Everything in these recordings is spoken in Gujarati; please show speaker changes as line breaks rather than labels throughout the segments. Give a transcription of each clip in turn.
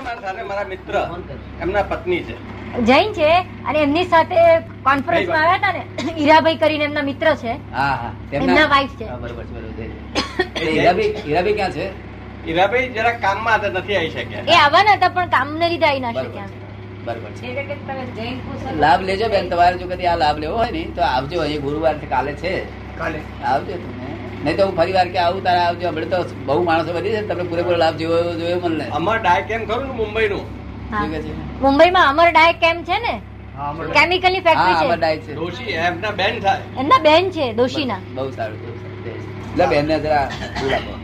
સર સાથે મારા મિત્ર એમના પત્ની છે
જૈન છે અને એમની સાથે કોન્ફરન્સમાં આવ્યા હતા ને હીરાભાઈ કરીને એમના મિત્ર છે
હા હા
એમના wife છે.
હા, બરોબર છે, બરોબર છે.
એ
તે હીરાબી હીરાબી ક્યાં છે
હીરાભાઈ જરા કામમાં હતા નથી આવી શક્યા
એ આવવાના હતા પણ કામને લીધે આવી ના શક્યા
બરોબર છે
અમે.
લાભ લેજો બેન તમારે જો કદી આ લાભ લેવો હોય ને તો આવજો અહીં ગુરુવાર છે, કાલે છે
કાલે
આવજો તમે નહીં તો હું ફરી વાર કે આવું તારે આવજો હમણાં તો બહુ માણસો બની છે તમને પૂરેપૂરો લાભ જોયો જોયો મને
અમર ડાય કેમ ખરું ને મુંબઈનું
શું કહે છે?
મુંબઈમાં અમર ડાયક કેમ્પ છે ને કેમિકલની
હા
ફેક્ટરી
આમાં
છે
ડાય છે
ડોશી એમના બેન થાય
એમના બેન છે દોશીના
બહુ સારું બહુ સારું. તે છે. લે બેનને જરા દૂર રાખો.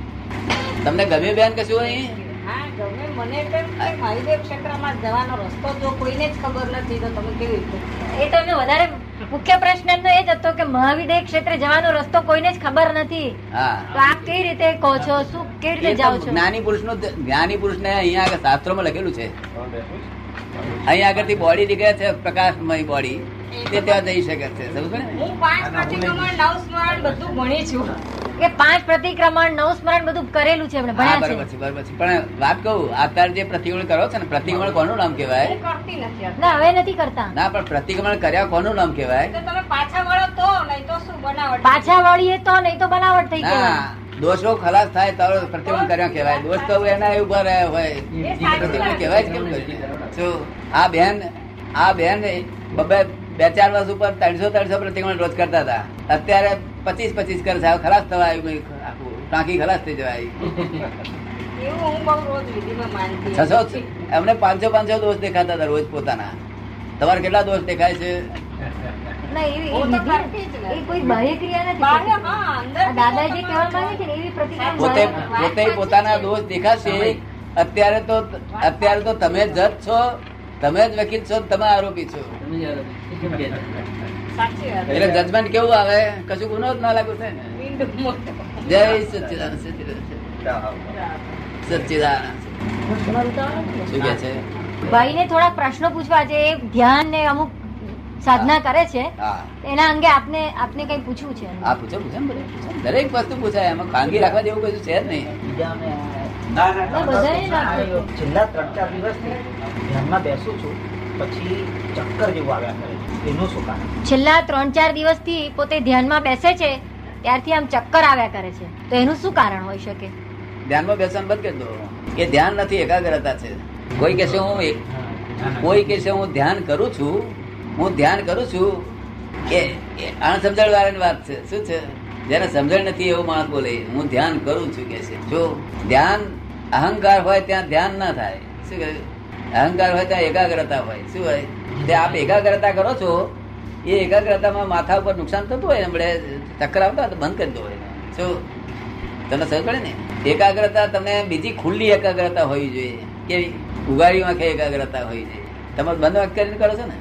તમને ગમ્યું બેન કશું અહીં
હા ગમે મને કેમ કે મહાદેવ ક્ષેત્રમાં જવાનો રસ્તો જો કોઈને જ ખબર નથી તો તમે કેવી રીતે
એ તો એમનો વધારે મુખ્ય પ્રશ્ન એમનો એ જ હતો કે મહાવીર ક્ષેત્રે જવાનો રસ્તો કોઈને જ ખબર નથી
હા
તો આપ કેવી રીતે કહો છો શું કેવી
એ
રીતે
તો
જાઓ છો
જ્ઞાની પુરુષ નું જ્ઞાની પુરુષ ને અહીંયા આગળ શાસ્ત્રોમાં લખેલું છે અહીંયા આગળથી બોડી નીકળે છે પ્રકાશમય બોડી તે ત્યાં જઈ શકે છે સમજ પડી ને?
હું પાંચ પ્રતિક્રમણ નવ સ્મરણ બધું ભણી છું
કે પાંચ પ્રતિક્રમણ નવ સ્મરણ બધું કરેલું છે એમણે
હા
ભણ્યા
બરોબર
છે
છે બરોબર છે પણ વાત કહું અત્યારે જે પ્રતિક્રમણ કરો છો ને પ્રતિક્રમણ કોનું નામ કહેવાય
હું કરતી નથી અત્યારે.
ના હવે નથી કરતા
ના પણ પ્રતિક્રમણ કર્યા કોનું નામ કહેવાય
તો તમે પાછા વળો તો નહીં તો શું બનાવટ
પાછા વળીએ તો નહીં તો બનાવટ થઈ
ના
ગઈ
દોષો ખલાસ થાય તો પ્રતિક્રમણ કર્યા કહેવાય દોષ તો એના ઉભા રહ્યા હોય
એ સાચી
પ્રતિક્રમણ
વાત.
કહેવાય જ કેમ કરીને? શું? આ બેન આ બેન બબે બે ચાર વર્ષ ઉપર ત્રણસો ત્રણસો પ્રતિક્રમણ રોજ કરતા હતા અત્યારે પચીસ પચીસ કરે છે હવે ખલાસ થવા આવ્યું કંઈક આખું ટાંકી ખલાસ થઈ જવાય
એવું હું બહુ રોજ વિધિમાં માનતી
છસો
હતી.
એમને પાંચસો પાંચસો દોષ દેખાતા હતા રોજ પોતાના તમારે કેટલા દોષ દેખાય છે
ના એવી-
હું તો
એવી
કરતી જ
નથી.
નથી.
એ કોઈ બાહ્ય ક્રિયા
બાહ્ય,
નથી
હા, અંદર
આ દાદાજી કહેવા માંગે છે ને એવી પ્રતિક્રમણ
પોતે
વાત
બાહ્ય-
પોતે
સાચી
પોતાના
છે.
દોષ દેખાશે અત્યારે તો અત્યારે તો તમે જજ છો તમે જ વકીલ છો તમે આરોપી છો
સાચી વાત
એટલે જજમેન્ટ કેવું આવે કશું ગુનો જ ના લાગુ થાય ને
બિંદુ મોટો
જય સચ્ચિદાનંદ સચ્ચિદાનંદ સચ્ચિદાનંદ શું કે છે
ભાઈને થોડા પ્રશ્નો પૂછવા છે એ ધ્યાન ને અમુક સાધના કરે છે
હા
એના અંગે આપને આપને કઈ પૂછવું છે
આ પૂછો પૂછો ને બોલો, પૂછો ને. દરેક વસ્તુ પૂછાય એમાં ખાનગી રાખવા જેવું કશું છે જ નહીં
ના, બધાએ રાખ્યું.
છેલ્લા ત્રણ ચાર દિવસથી ધ્યાનમાં બેસું છું પછી ચક્કર જેવું આવ્યા કરે છે એનું શું કારણ
છેલ્લા ત્રણ ચાર દિવસથી પોતે ધ્યાનમાં બેસે છે ત્યારથી આમ ચક્કર આવ્યા કરે છે તો એનું શું કારણ હોઈ શકે
ધ્યાનમાં બેસવાનું બંધ કરી દો એ ધ્યાન નથી એકાગ્રતા છે કોઈ કહેશે હું એ- કોઈ કહેશે હું ધ્યાન કરું છું હું ધ્યાન કરું છું એ એ અણસમજણવાળાની વાત છે શું છે જેને સમજણ નથી એવો માણસ બોલે હું ધ્યાન કરું છું કે છે જો ધ્યાન અહંકાર હોય ત્યાં ધ્યાન ના થાય શું કહે અહંકાર હોય ત્યાં એકાગ્રતા હોય શું હોય તે આપ એકાગ્રતા કરો છો એ એકાગ્રતામાં માથા ઉપર નુકસાન થતું હોય હમણે ચક્કર આવતા હોય તો બંધ કરી દો એને શું તમને સમજ પડે ને એકાગ્રતા તમને બીજી ખુલ્લી એકાગ્રતા હોવી જોઈએ કેવી ઉગાડી વાંખે એકાગ્રતા હોવી જોઈએ તમે બંધ વાંખ કરીને કરો છો ને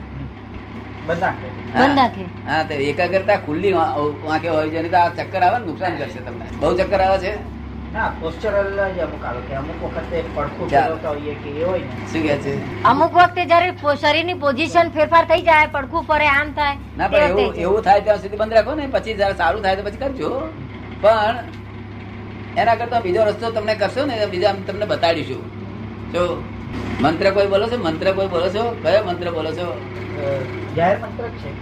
બધા
હા.
બંધ આંખે.
હા તો એકાગ્રતા ખુલ્લી વા- વાંખે હોવી જોઈએ નહીં તો આ ચક્કર આવે ને નુકસાન કરશે તમને બહુ ચક્કર આવે છે
ના પોસ્ચરલ જ અમુક આવે કે અમુક વખતે પડખું
ચાલે.
ફેરવતા હોઈએ કે એ હોય ને
શું કે છે
અમુક વખતે જયારે પો- શરીરની પોઝિશન ફેરફાર થઈ જાય પડખું ફરે આમ થાય
ના
તે
પણ
વખતે
એવું
છે.
એવું થાય ત્યાં સુધી બંધ રાખો ને પછી જયારે સારું થાય તો પછી કરજો પણ એના કરતા બીજો રસ્તો તમને કરશો ને બીજા અમે તમને બતાડીશું જો મંત્ર કોઈ બોલો છો મંત્ર કોઈ બોલો છો કયો મંત્ર બોલો છો
અ, જાહેર મંત્ર જ છે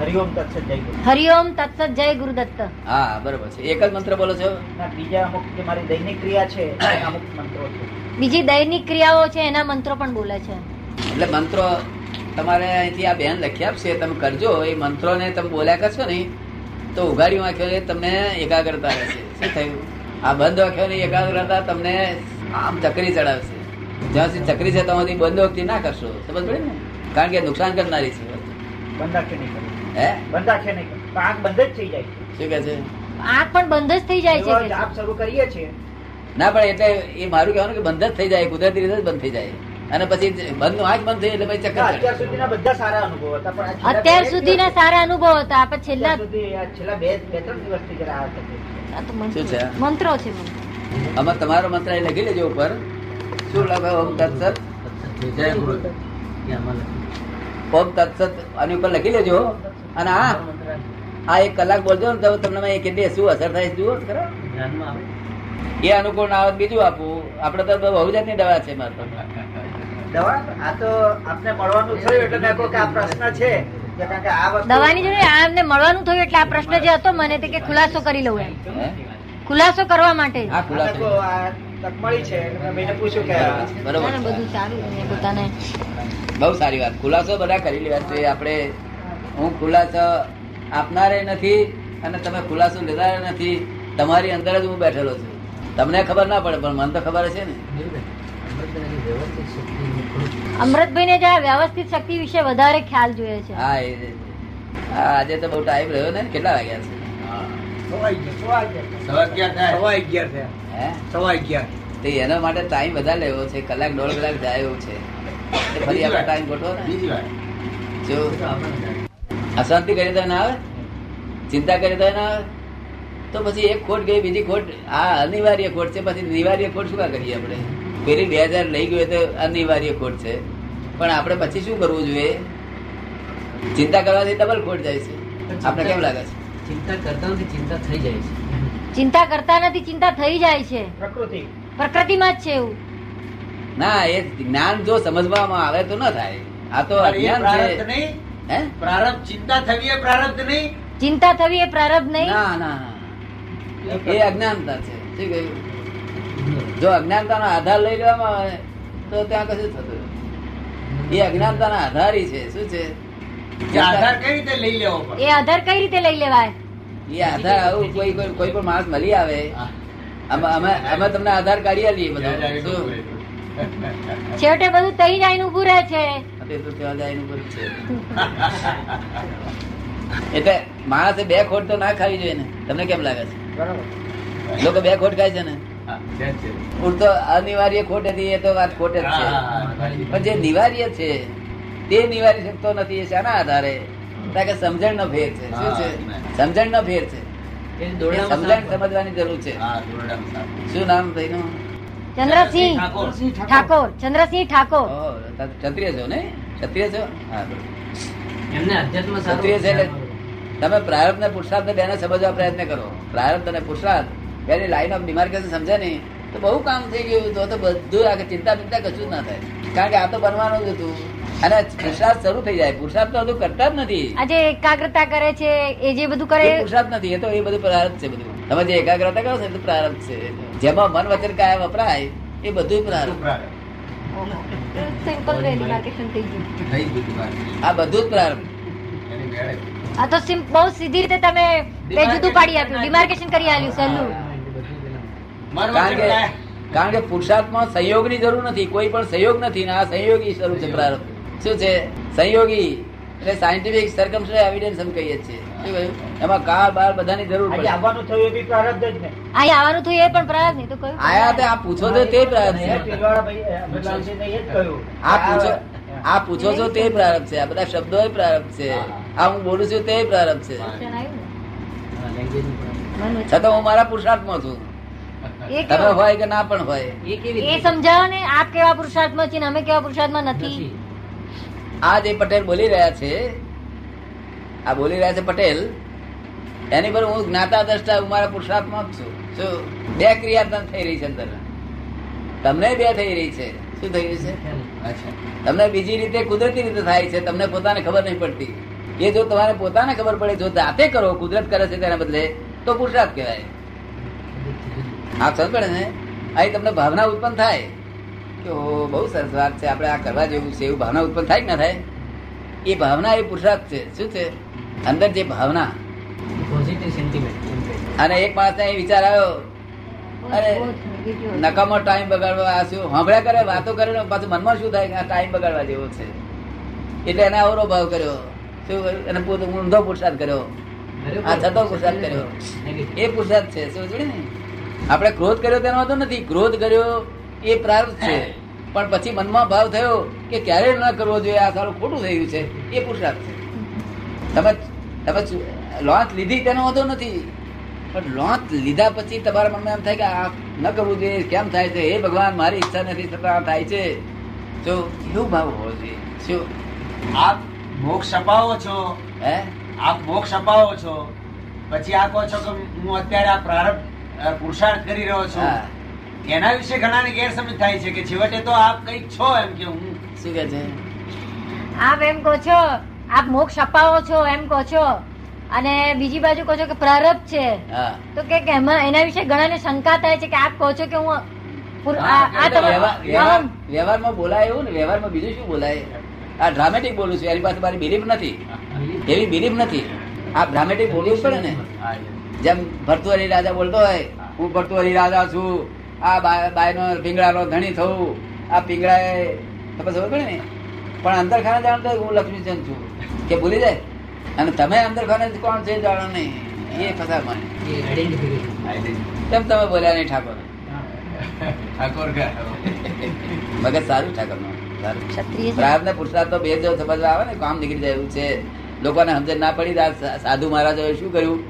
હરિઓમ તત્સત જય ગુરુ
હરિઓમ તત્સત જય ગુરુદત્ત
હા બરોબર છે એક જ મંત્ર બોલો છો
ના બીજા અમુક જે મારી દૈનિક ક્રિયા છે એ અમુક મંત્રો છે
બીજી દૈનિક ક્રિયાઓ છે એના મંત્રો પણ બોલે છે
એટલે મંત્રો તમારે અહીંથી આ બેન લખી આપશે તમે કરજો એ મંત્રોને તમે બોલ્યા કરશો ને તો ઉઘાડી વાંખ્યો તમને એકાગ્રતા રહેશે શું થયું આ બંધ વાંખ્યોની એકાગ્રતા તમને આમ ચકરી ચડાવશે જ્યાં સુધી ચકરી છે ત્યાં સુધી બંધ વખતે ના કરશો સમજ પડે ને કારણ કે નુકસાન કરનારી છે
બંધાશે નહીં કરવું
હે
બંધાશે નહીં કરવું તો આંખ બંધ જ થઈ જાય છે.
શું કે છે
આંખ પણ બંધ જ થઈ જાય છે
એવો
કે
જાપ શરૂ કરીએ છીએ
ના પણ એટલે એ મારું કહેવાનું કે બંધ જ થઈ જાય કુદરતી રીતે જ બંધ થઈ જાય અને પછી બંધ આંખ બંધ થઈ એટલે પછી
ના,
ચક્કર ચડે
અત્યાર સુધીના બધા સારા અનુભવ હતા પણ આ છેલ્લા
અત્યાર
બે
સુધીના
દિવસ-
સારા અનુભવ હતા આ પણ છેલ્લા
અત્યાર સુધી આ છેલ્લા બે બે ત્રણ દિવસથી જરા આ તકલીફ છે.
આ તો
શું
મંત્રો
છે?
મંત્રો છે મંત્રો.
આમાં તમારો મંત્ર અહીં લખી લેજો ઉપર શું લખો ઓમ તત્સત જય ગુરુ ઓમ તત્સત આની ઉપર લખી લેજો અને આ આ એક કલાક બોલજો ને તો તમને એ કેટલી શું અસર થાય છે જુઓ તો ખરા. એ અનુકૂળ ના આવે તો બીજું આપવું આપણે તો બહુ જાતની દવા છે મારે તો.
દવા આ તો આપને મળવાનું થયું એટલે મેં કહ્યું કે આ પ્રશ્ન છે કે કારણ કે આ વસ્તુ
દવાની જરૂર નહીં. આ એમને મળવાનું થયું એટલે આ પ્રશ્ન જે હતો મને તે કે ખુલાસો કરી લઉં એમ
હે?
ખુલાસો કરવા માટે જ.
આ
આ
ખુલાસો
લોકો આ તક મળી છે એટલે મેં બેને પૂછ્યું કે આ
બરોબર
ને બધું સારું છે પોતાને
બહુ સારી વાત ખુલાસો બધા કરી લેવા જોઈએ આપણે હું ખુલાસો આપનારે નથી અને તમે ખુલાસો લેનારે નથી તમારી અંદર જ હું બેઠેલો છું તમને ખબર ના પડે પણ મને તો ખબર છે ને
અમૃતભાઈને જે આ વ્યવસ્થિત શક્તિ વિશે વધારે ખ્યાલ જોઈએ છે
હા એ જ. હા આજે તો બહુ ટાઈમ રહ્યો ને કેટલા વાગ્યા છે હે તો એના માટે ટાઈમ વધારે લેવો છે કલાક દોઢ કલાક જાય એવું છે તો ફરી આપણે ટાઈમ ગોઠવો ને જો અશાંતિ કરી તો ના આવે ચિંતા કરી તો ના આવે તો પછી એક ખોટ ગઈ બીજી ખોટ આ અનિવાર્ય ખોટ છે પછી નિવાર્ય ખોટ શું કા કરીએ આપણે પેલી બે હજાર લઈ ગયો તો અનિવાર્ય ખોટ છે પણ આપણે પછી શું કરવું જોઈએ ચિંતા કરવાથી ડબલ ખોટ જાય છે આપણે કેમ લાગે છે
ચિંતા કરતા નથી ચિંતા થઈ જાય છે
ચિંતા કરતા નથી ચિંતા થઈ જાય છે
પ્રકૃતિ
પ્રકૃતિમાં જ છે એવું
ના એ જ્ઞાન જો સમજવામાં આવે તો ન થાય આ તો અજ્ઞાન છે હે
પ્રારબ્ધ ચિંતા થવી એ પ્રારબ્ધ નહીં
ચિંતા થવી એ પ્રારબ્ધ નહીં
ના ના ના. એ અજ્ઞાનતા છે શું કહ્યું? જો અજ્ઞાનતાનો આધાર લઈ લેવામાં આવે તો ત્યાં કશું થતું નથી. એ અજ્ઞાનતાના આધારી છે શું છે
કે આધાર કઈ રીતે લઈ લેવો પડે
એ આધાર કઈ રીતે લઈ લેવાય
એ આધાર આવું કોઈ કોઈ કોઈ પણ માણસ મળી આવે અમે અમે અમે તમને આધાર કાઢી આલીએ બધો શું?
છેવટે બધું તઈ જ આઈને ઊભું રહે છે
તે તો ત્યાં જાય એનું બધું છે. એટલે માણસે બે ખોટ તો ના ખાવી જોઈએ ને તમને કેમ લાગે છે
બરાબર
લોકો બે ખોટ ખાય છે ને
હા, છે, છે.
ઉલટો અનિવાર્ય ખોટ હતી એ તો વાત ખોટ જ
હા,
છે
હા, હા.
પણ જે નિવાર્ય છે તે નિવારી શકતો નથી એ શાના આધારે કારણ કે સમજણનો ફેર છે શું છે સમજણનો ફેર છે એ સમજણ સમજવાની જરૂર છે
હા, દોરડામાં સાપ.
શું નામ થઈનું
ચંદ્રસિંહ
ઠાકોર.
ઠાકોર ચંદ્રસિંહ ઠાકોર
ઓહો, તમે ક્ષત્રિય છો ને ક્ષત્રિય છો હા બરોબર.
એમને અધ્યાત્મ સારું
ક્ષત્રિય છે એટલે તમે પ્રારબ્ધ ને પુરુષાર્થ ને બેને સમજવા પ્રયત્ન કરો પ્રારબ્ધ અને પુરુષાર્થ બેની લાઈન ઓફ ડિમાર્કેશન સમજે નહીં તો બહુ કામ થઈ ગયું તો તો બધું આ ચિંતા ચિંતા કશું જ ના થાય કારણ કે આ તો બનવાનું જ હતું અને પુરુષાર્થ શરૂ થઈ જાય પુરુષાર્થ તો હજુ કરતા જ નથી
આજે એકાગ્રતા કરે છે એ જે બધું કરે
એ પુરુષાર્થ નથી એ તો એ બધું પ્રારબ્ધ છે બધું તમે જે એકાગ્રતા કરો છો એ બધું પ્રારબ્ધ છે જેમાં મન વચન કાયા વપરાય એ બધું પ્રારબ્ધ
પ્રારબ્ધ.
સિમ્પલ વે ડિમાર્કેશન થઈ ગયું
થઈ જ બધું પ્રારબ્ધ.
આ બધું જ પ્રારબ્ધ
એની મેળે.
આ તો સિમ બહુ સીધી રીતે તમે બે જુદું પાડી આપ્યું ડિમાર્કેશન કરી આપ્યું સહેલું
મન
કારણ
વચન
કે
કાય.
કારણ કે પુરુષાર્થમાં સંયોગની જરૂર નથી કોઈ પણ સંયોગ નથી ને આ સંયોગી સ્વરૂપ છે પ્રારબ્ધ શું છે સંયોગી એટલે સાયન્ટિફિક સરકમસ્ટન્સ એવિડન્સ એમ કહીએ જ છીએ શું કહ્યું એમાં કાર બાર બધાની જરૂર
આજે
પડે
આવવાનું થયું એ બી પ્રારબ્ધ જ ને
અહીં આવવાનું થયું એ પણ પ્રયાસ નહીં તો કયું
આયા તે આ પૂછો છો તે પ્રારબ્ધ
એ
છે
ભીલવાળાભાઈ, એ ભીલવાળાજીને એ જ કહ્યું.
આ પૂછો આ પૂછો છો તે પ્રારબ્ધ છે આ બધા શબ્દો એ પ્રારબ્ધ છે આ હું બોલું છું તે પ્રારબ્ધ છે
વચન આવ્યું ને? મન વચન.
છતાં હું મારા પુરુષાર્થમાં છું
એ
તમે
કેવો?
હોય કે ના પણ હોય
એ સમજાવો ને આપ કેવા પુરુષાર્થમાં છીએ ને અમે કેવા પુરુષાર્થમાં નથી
આ જે પટેલ બોલી રહ્યા છે આ બોલી રહ્યા છે પટેલ એની પર હું જ્ઞાતા દ્રષ્ટા હું મારા પુરુષાર્થમાં જ છું શું બે ક્રિયા તમ થઈ રહી છે અંદર તમને બે થઈ રહી છે શું થઈ રહ્યું છે
અચ્છા.
તમને બીજી રીતે કુદરતી રીતે થાય છે તમને પોતાને ખબર નહીં પડતી એ જો તમારે પોતાને ખબર પડે જો જાતે કરો કુદરત કરે છે તેના બદલે તો પુરુષાર્થ કહેવાય આ સમજ પડે ને અહીં તમને ભાવના ઉત્પન્ન થાય કે ઓ બહુ સરસ વાત છે આપણે આ કરવા જેવું છે એવું ભાવના ઉત્પન્ન થાય કે ના થાય એ ભાવના એ પુરુષાર્થ છે શું છે અંદર જે ભાવના અને એક માણસને અહીં વિચાર આવ્યો અરે, નકામો ટાઈમ બગાડવા આ શું સાંભળ્યા કરે વાતો કરે ને પાછું મનમાં શું થાય કે આ ટાઈમ બગાડવા જેવો છે એટલે એને અવરો ભાવ કર્યો શું કર્યું? એને પોતે ઊંધો પુરુષાર્થ કર્યો આ છતો પુરુષાર્થ કર્યો એ પુરુષાર્થ છે શું જોયું ને આપણે ક્રોધ કર્યો તેનો વાંધો નથી ક્રોધ કર્યો એ પ્રાર્થ છે પણ પછી મનમાં ભાવ થયો કે ક્યારે ન કરવો જોઈએ આ સારું ખોટું થયું છે એ પુરુષાર્થ છે તમે તમે લોન્ચ લીધી તેનો વાંધો નથી પણ લોન્ચ લીધા પછી તમારા મનમાં એમ થાય કે આ ન કરવું જોઈએ કેમ થાય છે હે ભગવાન મારી ઈચ્છા નથી છતાં આ થાય છે જો એવું ભાવ હોવો જોઈએ શું
આપ મોક્ષ અપાવો છો
હે
આપ મોક્ષ અપાવો છો પછી આ કહો છો કે હું અત્યારે આ પ્રારબ્ધ અ, પુરુષાર્થ કરી રહ્યો છું
હા.
એના વિશે ઘણાને ગેરસમજ થાય છે કે છેવટે તો આપ કંઈક છો એમ કે હું
શું કે છે
આપ એમ કહો છો આપ મોક્ષ અપાવો છો એમ કહો છો અને બીજી બાજુ કહો છો કે પ્રારબ્ધ છે
હા
તો કે કે એમાં એના વિશે ઘણાને શંકા થાય છે કે આપ કહો છો કે હું પૂર- આ આ
એટલે વ્યવહાર-
તમારો
વ્યવહાર-
અહમ.
વ્યવહારમાં બોલાય એવું ને વ્યવહારમાં બીજું શું બોલાય આ ડ્રામેટિક બોલું છું એની પાસે મારી બિલીફ નથી એવી બિલીફ નથી આ ડ્રામેટિક બોલવું જ પડે ને
હા, એ.
જેમ ભરતુહરી રાજા બોલતો હોય હું ભરતુહરી રાજા છું આ બા- બાયનો પિંગળાનો ધણી થવું આ પિંગળાએ તમે ખબર પડે ને પણ અંદર ખાને જાણતો હોય કે હું લક્ષ્મીચંદ છું કે ભૂલી જાય અને તમે અંદર ખાને કોણ છે એ જાણો નહીં એ ફસાર મને કેમ તમે બોલ્યા નહીં ઠાકોર
ઠાકોર ઘર.
મગજ સારું ઠાકોરનું સારું
ક્ષત્રિય છે.
પ્રાર્થના પુરુષાર્થ તો ભેદ જો સમજવા આવે ને કામ નીકળી જાય એવું છે લોકોને સમજણ ના પડી આ સા- સાધુ મહારાજોએ શું કર્યું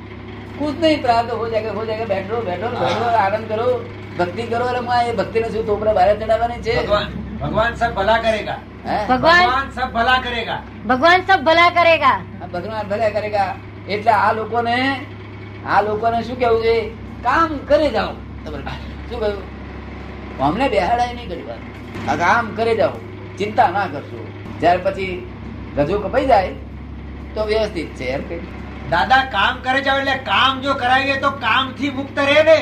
કુછ નહીં પ્રાર્થ હો જાગે હો જાગે બેઠો બેઠો બેઠો આનંદ કરો ભક્તિ કરો અરે માં એ ભક્તિને શું તોપરા બહાર ચડાવવાની છે
ભગવાન ભગવાન સબ ભલા કરેગા
હે?
ભગવાન
ભગવાન સબ ભલા કરેગા
ભગવાન સબ ભલા કરેગા
આ ભગવાન ભલે કરેગા એટલે આ લોકોને આ લોકોને શું કેવું છે કામ કરે જાઓ તમારે શું કહ્યું અમને બેહાડાય નહીં કરી વાત આ કામ કરે જાઓ ચિંતા ના કરશો ત્યાર પછી ગજુ કપાઈ જાય તો વ્યવસ્થિત છે એમ કઈ
દાદા કામ કરે જાવ એટલે કામ જો કરાવીએ તો કામ થી મુક્ત રહે ને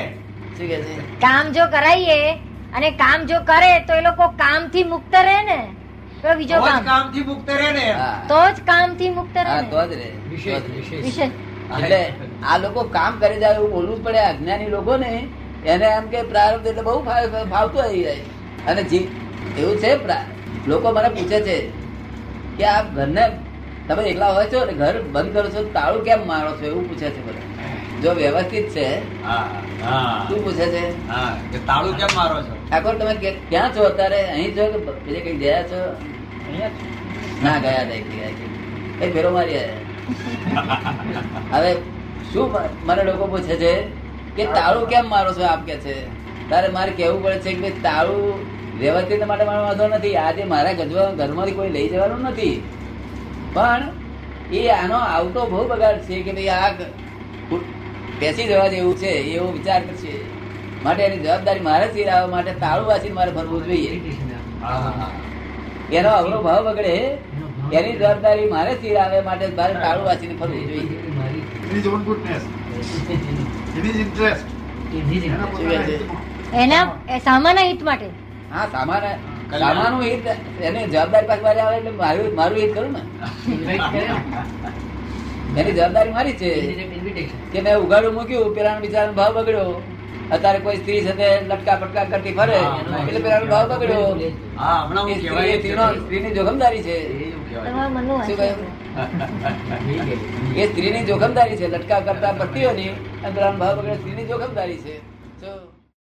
શું કે છે
કામ જો કરાઈએ અને કામ જો કરે તો એ લોકો કામ થી મુક્ત રહે ને તો બીજો કામ
કામ થી મુક્ત રહે ને
હા
તો જ કામ થી મુક્ત રહે
હા,
ને.
તો જ રે તો જ રે.
વિશે
એટલે આ લોકો કામ કરે જાય એવું બોલવું જ પડે અજ્ઞાની લોકોને એને એમ કે પ્રારબ્ધ એટલે બહુ ફાવ- ફાવતું આવી જાય અને જી- એવું છે પ્રા- લોકો મને પૂછે છે કે આ ઘરને તમે એકલા હોય છો અને ઘર બંધ કરો છો તાળું કેમ મારો છો એવું પૂછે છે મને જો વ્યવસ્થિત છે
હા હા
શું પૂછે છે
હા કે તાળું કેમ મારો છો
ઠાકોર તમે કે- ક્યાં છો અત્યારે અહીં છો કે બ- બીજે કઈ ગયા છો
અહીંયા જ.
ના ગયા હતા એક એક ફેરો મારી આવ્યા હવે શું મ- મને લોકો પૂછે છે કે તાળું કેમ મારો છો આપ કે છે તારે મારે કહેવું પડે છે કે ભાઈ તાળું વ્યવસ્થિત માટે મારો વાંધો નથી આજે મારા ગજવા ઘરમાંથી કોઈ લઈ જવાનું નથી પણ એ આનો આવતો બહુ બગાડ છે કે ભાઈ આ ગ- ઉ- બેસી જવા જેવું છે એવો વિચાર કરશે માટે એની જવાબદારી મારે જ સિરાવવા માટે તાળું વાંચીને મારે ભરવું જોઈએ
હા હા
એનો અવરો ભાવ બગડે એની જવાબદારી મારે સ્થિર આવે માટે મારે તાળું વાંચીને ફરવું જોઈએ
in his own goodness, in his interest. એના પોતાના
છે.
હિતમાં.
એના એ સામાના હિત માટે
હા સામાન સામાનું હિત એની જવાબદારી પાસે મારે આવે એટલે મારું મારું હિત કરું ને એની જવાબદારી મારી છે કે મેં ઉઘાડું મૂક્યું પેલાનો બિચારાનો ભાવ બગડ્યો અત્યારે કોઈ સ્ત્રી સાથે લટકા પટકા કરતી ફરે
હા.
એટલે પેલાનો ભાવ બગડ્યો
હા હમણાં હું
એ સ્ત્રી-
કહેવાય
એ સ્ત્રીનો સ્ત્રીની જોખમદારી છે
તમારા મનનું
શું
વાંચી
કહ્યું? એ સ્ત્રીની જોખમદારી છે લટકા કરતા પટ્ટીઓની અને પેલાનો ભાવ બગડ્યો સ્ત્રીની જોખમદારી છે જો